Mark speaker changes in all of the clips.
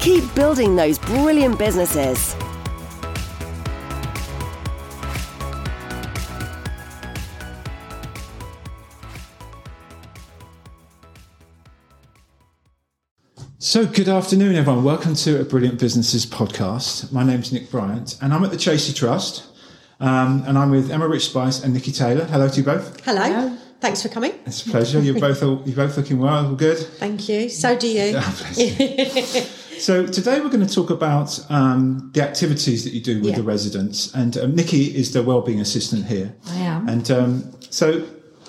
Speaker 1: Keep building those brilliant businesses.
Speaker 2: So, good afternoon, everyone. Welcome to a Brilliant Businesses podcast. My name's Nick Bryant, and I'm at the Chasey Trust, um, and I'm with Emma Rich Spice and Nikki Taylor. Hello to you both.
Speaker 3: Hello. Thanks for coming.
Speaker 2: It's a pleasure. You're both all, you're both looking well, all good. Oh,
Speaker 3: Thank you. So do you.
Speaker 2: So today we're going to talk about um, the activities that you do with
Speaker 3: Yeah.
Speaker 2: the residents, and um, Nikki is the wellbeing assistant here. I
Speaker 4: am.
Speaker 2: And um, so,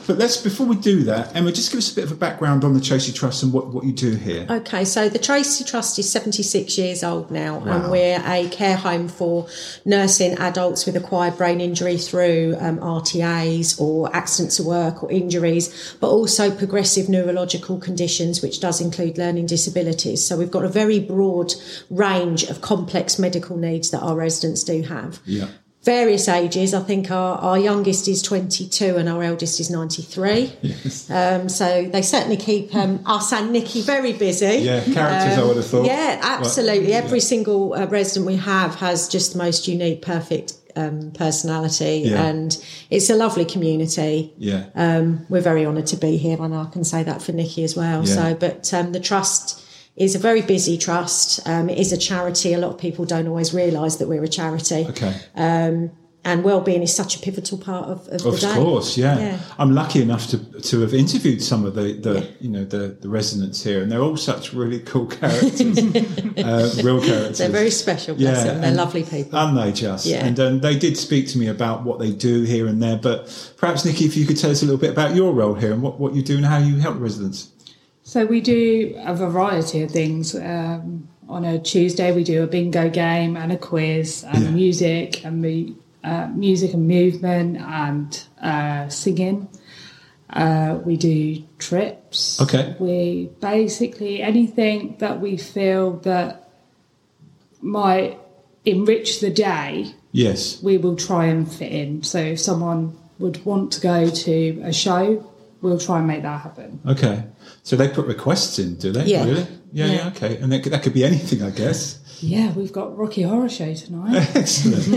Speaker 2: but let's before we do that, Emma, just give us a bit of a background on the Chasey Trust and what, what you do here.
Speaker 3: Okay, so the Tracy Trust is 76 years old now, and we're a care home for nursing adults with acquired brain injury through um, RTAs or accidents at work or injuries, but also progressive neurological conditions, which does include learning disabilities. So we've got a very broad range of complex medical needs that our residents do have.
Speaker 2: Yeah.
Speaker 3: various ages. I think our, our youngest is 22 and our eldest is 93. Um, so they certainly keep um, us and Nikki very busy.
Speaker 2: Yeah, characters. I would have thought.
Speaker 3: Yeah, absolutely.
Speaker 2: Well,
Speaker 3: Every single uh, resident we have has just the most unique, perfect um, personality,
Speaker 2: Yeah.
Speaker 3: and it's a lovely community.
Speaker 2: Yeah.
Speaker 3: Um, we're very honoured to be here, and I can say that for Nikki as well.
Speaker 2: Yeah.
Speaker 3: So, but um, the trust is a very busy trust. Um, it is a charity. A lot of people don't always realise that we're a charity
Speaker 2: okay.
Speaker 3: and well-being is such a pivotal part of, of, the
Speaker 2: Of
Speaker 3: day.
Speaker 2: course, yeah.
Speaker 3: Yeah.
Speaker 2: I'm lucky enough to to have interviewed some of the, the you know the, the residents here, and they're all such really cool characters, uh, real characters.
Speaker 3: They're very special, bless
Speaker 2: Yeah,
Speaker 3: them. They're
Speaker 2: and-
Speaker 3: lovely people.
Speaker 2: aren't they just?
Speaker 3: Yeah.
Speaker 2: And um, they did speak to me about what they do here and there. But perhaps Nikki, if you could tell us a little bit about your role here and what, what you do and how you help residents.
Speaker 4: So we do a variety of things. Um, on a Tuesday, we do a bingo game and a quiz and
Speaker 2: Yeah.
Speaker 4: music and mu- uh, music and movement and uh, singing. Uh, we do trips.
Speaker 2: Okay.
Speaker 4: We basically anything that we feel that might enrich the day.
Speaker 2: Yes.
Speaker 4: we will try and fit in. So if someone would want to go to a show, we'll try and make that happen.
Speaker 2: Okay. So they put requests in, do they?
Speaker 3: Yeah.
Speaker 2: Really? Yeah. Yeah.
Speaker 3: Yeah.
Speaker 2: okay. And that could, that could be anything, I guess.
Speaker 4: Yeah, we've got Rocky Horror Show tonight.
Speaker 2: Excellent.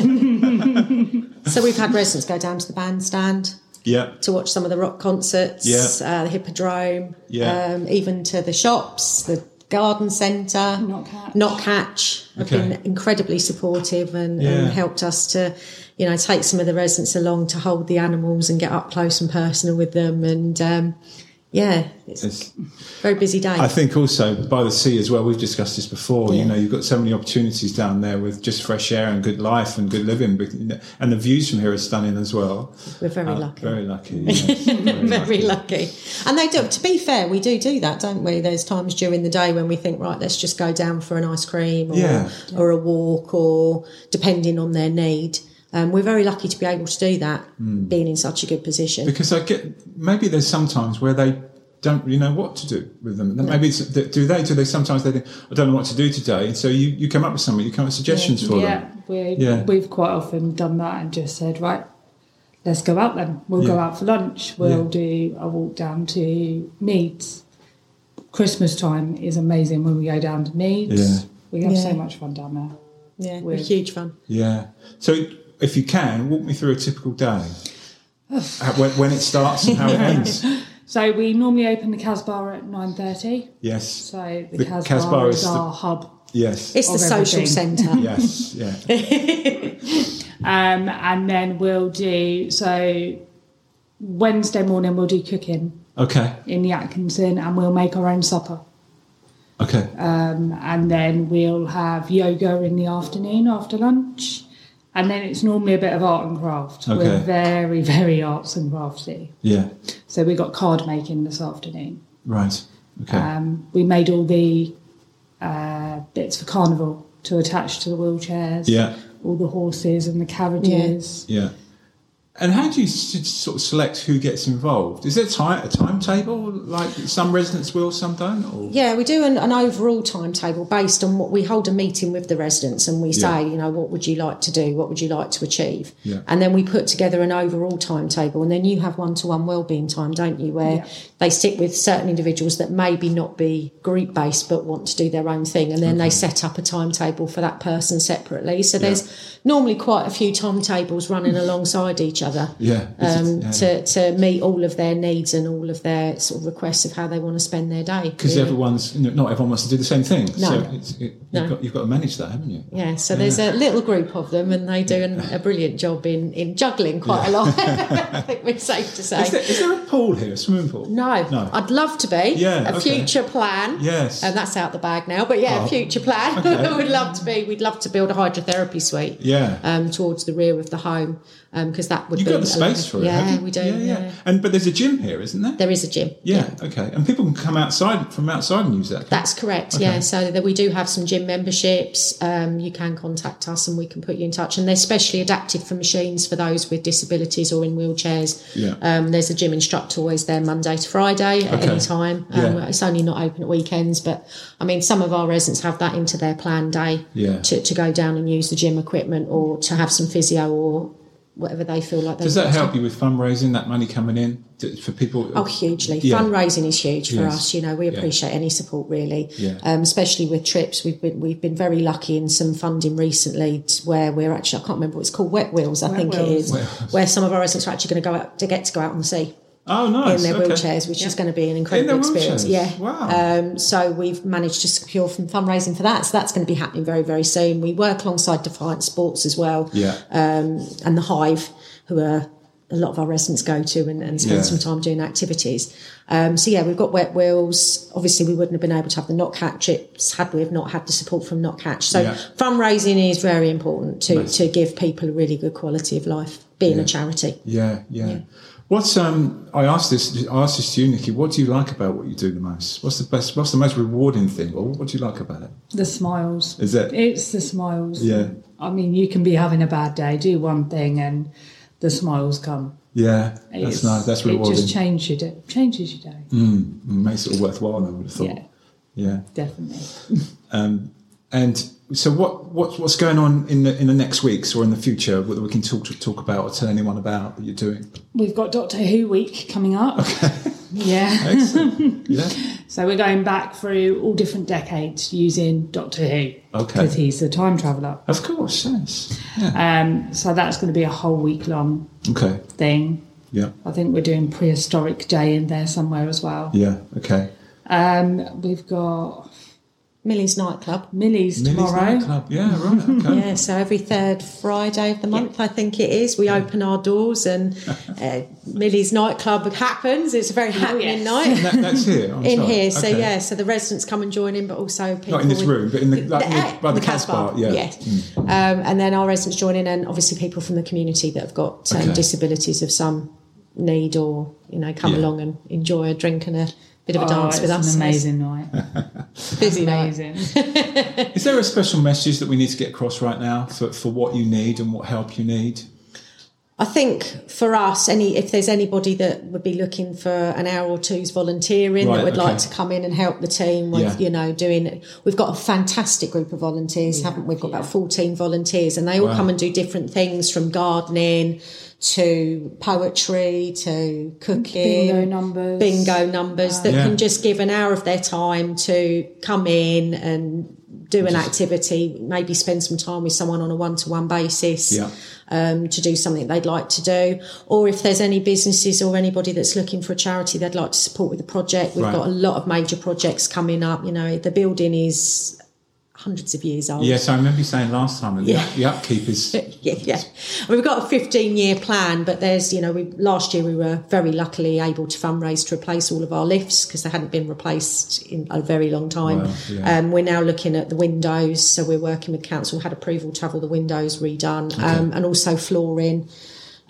Speaker 3: So we've had residents go down to the bandstand
Speaker 2: yeah.
Speaker 3: to watch some of the rock concerts,
Speaker 2: Yeah.
Speaker 3: uh, the Hippodrome,
Speaker 2: Yeah.
Speaker 3: um, even to the shops, the garden centre.
Speaker 4: Not Catch.
Speaker 3: Not Catch have
Speaker 2: Okay.
Speaker 3: been incredibly supportive and,
Speaker 2: Yeah.
Speaker 3: and helped us to, you know, take some of the residents along to hold the animals and get up close and personal with them. And um, yeah, it's a
Speaker 2: It's-
Speaker 3: very busy day.
Speaker 2: I think also by the sea as well. We've discussed this before. You
Speaker 3: Yeah.
Speaker 2: know, you've got so many opportunities down there with just fresh air and good life and good living, but- and the views from here are stunning as well.
Speaker 3: We're very
Speaker 2: Uh,
Speaker 3: lucky.
Speaker 2: Very lucky. yes, very
Speaker 3: very
Speaker 2: lucky.
Speaker 3: lucky. And they do. To be fair, we do do that, don't we? There's times during the day when we think, right, let's just go down for an ice cream or,
Speaker 2: Yeah.
Speaker 3: or a walk, or depending on their need. Um, we're very lucky to be able to do that, being in such a good position.
Speaker 2: Because I get maybe there's sometimes where they don't really know what to do with them. Maybe it's, do they? Do they sometimes they think I don't know what to do today? And so you, you come up with something. You come up with suggestions for
Speaker 4: yeah,
Speaker 2: them.
Speaker 4: we,
Speaker 2: Yeah.
Speaker 4: we've quite often done that and just said, right, let's go out then. We'll go
Speaker 2: Yeah.
Speaker 4: out for lunch. We'll
Speaker 2: Yeah.
Speaker 4: do a walk down to Meads. Christmas time is amazing when we go down to Meads.
Speaker 2: Yeah.
Speaker 4: We have
Speaker 3: Yeah.
Speaker 4: so much fun down there.
Speaker 3: yeah, we're
Speaker 4: We're-
Speaker 3: huge fun.
Speaker 2: Yeah. So if you can walk me through a typical day, Uh, when, when it starts and how it ends.
Speaker 4: So we normally open the Casbah at nine thirty.
Speaker 2: Yes.
Speaker 4: So the,
Speaker 2: The
Speaker 4: Casbah,
Speaker 2: Casbah
Speaker 4: is,
Speaker 2: is the-
Speaker 4: our hub
Speaker 2: Yes.
Speaker 3: It's the
Speaker 4: Of
Speaker 3: social
Speaker 4: everything.
Speaker 3: centre.
Speaker 2: Yes. Yeah.
Speaker 4: Um, and then we'll do so Wednesday morning we'll do cooking
Speaker 2: Okay.
Speaker 4: in the Atkinson and we'll make our own supper.
Speaker 2: Okay.
Speaker 4: Um, and then we'll have yoga in the afternoon after lunch. And then it's normally a bit of art and craft. We're
Speaker 2: Okay.
Speaker 4: very, very arts and crafty.
Speaker 2: yeah.
Speaker 4: So we got card making this afternoon.
Speaker 2: Right. Okay.
Speaker 4: Um, we made all the uh, bits for carnival to attach to the wheelchairs.
Speaker 2: Yeah.
Speaker 4: All the horses and the carriages.
Speaker 2: Yeah. And how do you s- sort of select who gets involved? Is there ti- a timetable? Like some residents will, some don't? Or?
Speaker 3: Yeah, we do an, an overall timetable based on what we hold a meeting with the residents and we
Speaker 2: Yeah.
Speaker 3: say, you know, what would you like to do? What would you like to achieve?
Speaker 2: Yeah.
Speaker 3: And then we put together an overall timetable. And then you have one to one wellbeing time, don't you? Where
Speaker 4: Yeah.
Speaker 3: they sit with certain individuals that maybe not be group based but want to do their own thing. And then they set up a timetable for that person separately. So there's normally quite a few timetables running alongside each other
Speaker 2: Yeah.
Speaker 3: um,
Speaker 2: Yeah.
Speaker 3: to, to meet all of their needs and all of their sort of requests of how they want to spend their day.
Speaker 2: because
Speaker 3: really.
Speaker 2: everyone's you know, not everyone wants to do the same thing.
Speaker 3: No.
Speaker 2: So it's, it, you've,
Speaker 3: No.
Speaker 2: got, you've got to manage that, haven't you?
Speaker 3: Yeah, so there's a little group of them, and they do an, a brilliant job in, in juggling quite a lot. I think we're safe to say.
Speaker 2: Is there, is there a pool here, a swimming pool?
Speaker 3: no,
Speaker 2: No.
Speaker 3: I'd love to be.
Speaker 2: Yeah,
Speaker 3: a
Speaker 2: okay.
Speaker 3: future plan.
Speaker 2: Yes.
Speaker 3: and that's out the bag now. But yeah,
Speaker 2: Oh.
Speaker 3: a future plan.
Speaker 2: Okay.
Speaker 3: We'd love to be. We'd love to build a hydrotherapy suite.
Speaker 2: Yeah.
Speaker 3: um, towards the rear of the home, because that would
Speaker 2: You've
Speaker 3: be
Speaker 2: got the
Speaker 3: a
Speaker 2: space
Speaker 3: lot-
Speaker 2: for it.
Speaker 3: Yeah,
Speaker 2: haven't you?
Speaker 3: we do.
Speaker 2: Yeah, yeah,
Speaker 3: yeah.
Speaker 2: And but there's a gym here, isn't there?
Speaker 3: there is a gym.
Speaker 2: yeah, Okay. And people can come outside from outside and use that.
Speaker 3: That's correct. Yeah. So that we do have some gym memberships. Um, you can contact us and we can put you in touch. And they're specially adapted for machines for those with disabilities or in wheelchairs.
Speaker 2: Yeah.
Speaker 3: Um, there's a gym instructor always there Monday to Friday at
Speaker 2: Okay.
Speaker 3: any time. Um,
Speaker 2: Yeah.
Speaker 3: It's only not open at weekends, but I mean, some of our residents have that into their planned day
Speaker 2: Yeah.
Speaker 3: to, to go down and use the gym equipment or to have some physio or whatever they feel like. they
Speaker 2: Does that
Speaker 3: want to
Speaker 2: help you with fundraising? That money coming in to, for people?
Speaker 3: Oh, hugely.
Speaker 2: Yeah.
Speaker 3: Fundraising is huge for
Speaker 2: Yes.
Speaker 3: us. You know, we appreciate any support really,
Speaker 2: Yeah.
Speaker 3: um, especially with trips. We've been we've been very lucky in some funding recently t- where we're actually I can't remember what it's called, Wet Wheels, I think it
Speaker 4: Wheels.
Speaker 3: is, where some of our residents are actually going to go out to get to go out on the sea
Speaker 2: Oh, nice.
Speaker 3: in their
Speaker 2: okay.
Speaker 3: wheelchairs, which is going to be an incredible
Speaker 2: their
Speaker 3: experience.
Speaker 2: wheelchairs?
Speaker 3: Yeah.
Speaker 2: Wow.
Speaker 3: Um, so we've managed to secure some fundraising for that. So that's going to be happening very very soon. We work alongside Defiant Sports as well
Speaker 2: Yeah.
Speaker 3: and the Hive, who are a lot of our residents go to and, and spend
Speaker 2: Yeah.
Speaker 3: some time doing activities. Um, so yeah, we've got wet wheels. Obviously, we wouldn't have been able to have the knock hat trips had we have not had the support from knock hatch. So
Speaker 2: Yeah.
Speaker 3: fundraising is very important to
Speaker 2: Nice.
Speaker 3: to give people a really good quality of life, being a charity.
Speaker 2: yeah. Yeah. What's um? I asked this. I asked this to you, Nikki. What do you like about what you do the most? What's the best? What's the most rewarding thing? Or what do you like about it?
Speaker 4: The smiles.
Speaker 2: Is it?
Speaker 4: It's the smiles.
Speaker 2: Yeah.
Speaker 4: I mean, you can be having a bad day, do one thing, and the smiles come.
Speaker 2: Yeah,
Speaker 4: It's-
Speaker 2: that's nice. That's
Speaker 4: It
Speaker 2: rewarding.
Speaker 4: just changes your day. Changes your day.
Speaker 2: Mm, makes it worthwhile. I would have thought.
Speaker 4: Yeah,
Speaker 2: Yeah.
Speaker 4: definitely.
Speaker 2: And so, what, what what's going on in the in the next weeks or in the future that we can talk to, talk about or tell anyone about that you're doing?
Speaker 4: We've got Doctor Who week coming up. yeah.
Speaker 2: Excellent. yeah.
Speaker 4: So we're going back through all different decades using Doctor Who.
Speaker 2: Okay.
Speaker 4: Because he's the time traveller.
Speaker 2: Of course. Yes. Yeah.
Speaker 4: Um, so that's going to be a whole week long
Speaker 2: Okay.
Speaker 4: thing.
Speaker 2: Yeah.
Speaker 4: I think we're doing prehistoric day in there somewhere as well.
Speaker 2: Yeah. Okay.
Speaker 4: Um, we've got
Speaker 3: Millie's nightclub.
Speaker 4: Millie's
Speaker 2: Millie's
Speaker 4: tomorrow.
Speaker 2: nightclub. Yeah. Right. Okay.
Speaker 3: Yeah, so every third Friday of the month, I think it is, we open our doors and uh, Millie's nightclub happens. It's a very happening
Speaker 4: yes.
Speaker 3: night.
Speaker 2: That, that's here. on
Speaker 3: in
Speaker 2: site.
Speaker 3: here. So
Speaker 2: Okay.
Speaker 3: yeah, so the residents come and join in, but also people
Speaker 2: Not in this
Speaker 3: with-
Speaker 2: room, but in the, like, near- by the,
Speaker 3: Cas
Speaker 2: cast bar. Yeah. Hmm.
Speaker 3: yes. Um, and then our residents join in, and obviously people from the community that have got um,
Speaker 2: Okay.
Speaker 3: disabilities of some need, or you know, come
Speaker 2: Yeah.
Speaker 3: along and enjoy a drink and a bit of a
Speaker 4: Oh,
Speaker 3: dance
Speaker 4: it's
Speaker 3: with us.
Speaker 4: an amazing night.
Speaker 3: It's busy night.
Speaker 4: Amazing.
Speaker 2: Is there a special message that we need to get across right now for, for what you need and what help you need?
Speaker 3: I think for us, any if there's anybody that would be looking for an hour or two's volunteering
Speaker 2: Right,
Speaker 3: that would like
Speaker 2: okay.
Speaker 3: to come in and help the team with
Speaker 2: Yeah.
Speaker 3: you know doing we've got a fantastic group of volunteers, haven't we? We've got about fourteen volunteers, and they all
Speaker 2: Wow.
Speaker 3: come and do different things from gardening to poetry to cooking,
Speaker 4: Bingo numbers.
Speaker 3: bingo numbers that
Speaker 2: Yeah.
Speaker 3: can just give an hour of their time to come in and do an activity, maybe spend some time with someone on a one-to-one basis
Speaker 2: Yeah.
Speaker 3: um, to do something they'd like to do, or if there's any businesses or anybody that's looking for a charity they'd like to support with a project. We've
Speaker 2: Right.
Speaker 3: got a lot of major projects coming up. You know, the building is hundreds of years old.
Speaker 2: Yes, I remember you saying last time, and the,
Speaker 3: Yeah.
Speaker 2: the upkeep is
Speaker 3: Yeah, yeah. I mean, we've got a 15 year plan, but there's, you know, we last year we were very luckily able to fundraise to replace all of our lifts because they hadn't been replaced in a very long time.
Speaker 2: Wow, yeah.
Speaker 3: um, we're now looking at the windows, so we're working with council, had approval to have all the windows redone um, and also flooring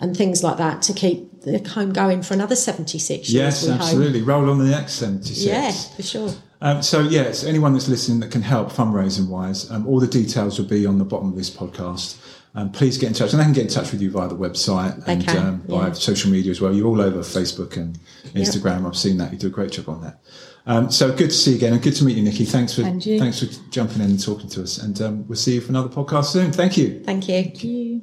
Speaker 3: and things like that to keep the home going for another 76 years.
Speaker 2: Yes,
Speaker 3: we hope.
Speaker 2: absolutely. Roll on the next 76.
Speaker 3: Yeah, for sure.
Speaker 2: Um, so yes, anyone that's listening that can help fundraising wise, um, all the details will be on the bottom of this podcast. Um, please get in touch, and they can get in touch with you via the website
Speaker 3: They
Speaker 2: and
Speaker 3: can,
Speaker 2: um, by
Speaker 3: yeah.
Speaker 2: social media as well. You're all over Facebook and Instagram. I've seen that. You do a great job on that. Um, so good to see you again, and good to meet you, Nikki. Thanks for
Speaker 4: And you.
Speaker 2: thanks for jumping in and talking to us, and um, we'll see you for another podcast soon. Thank you.
Speaker 3: Thank you.
Speaker 4: Thank you.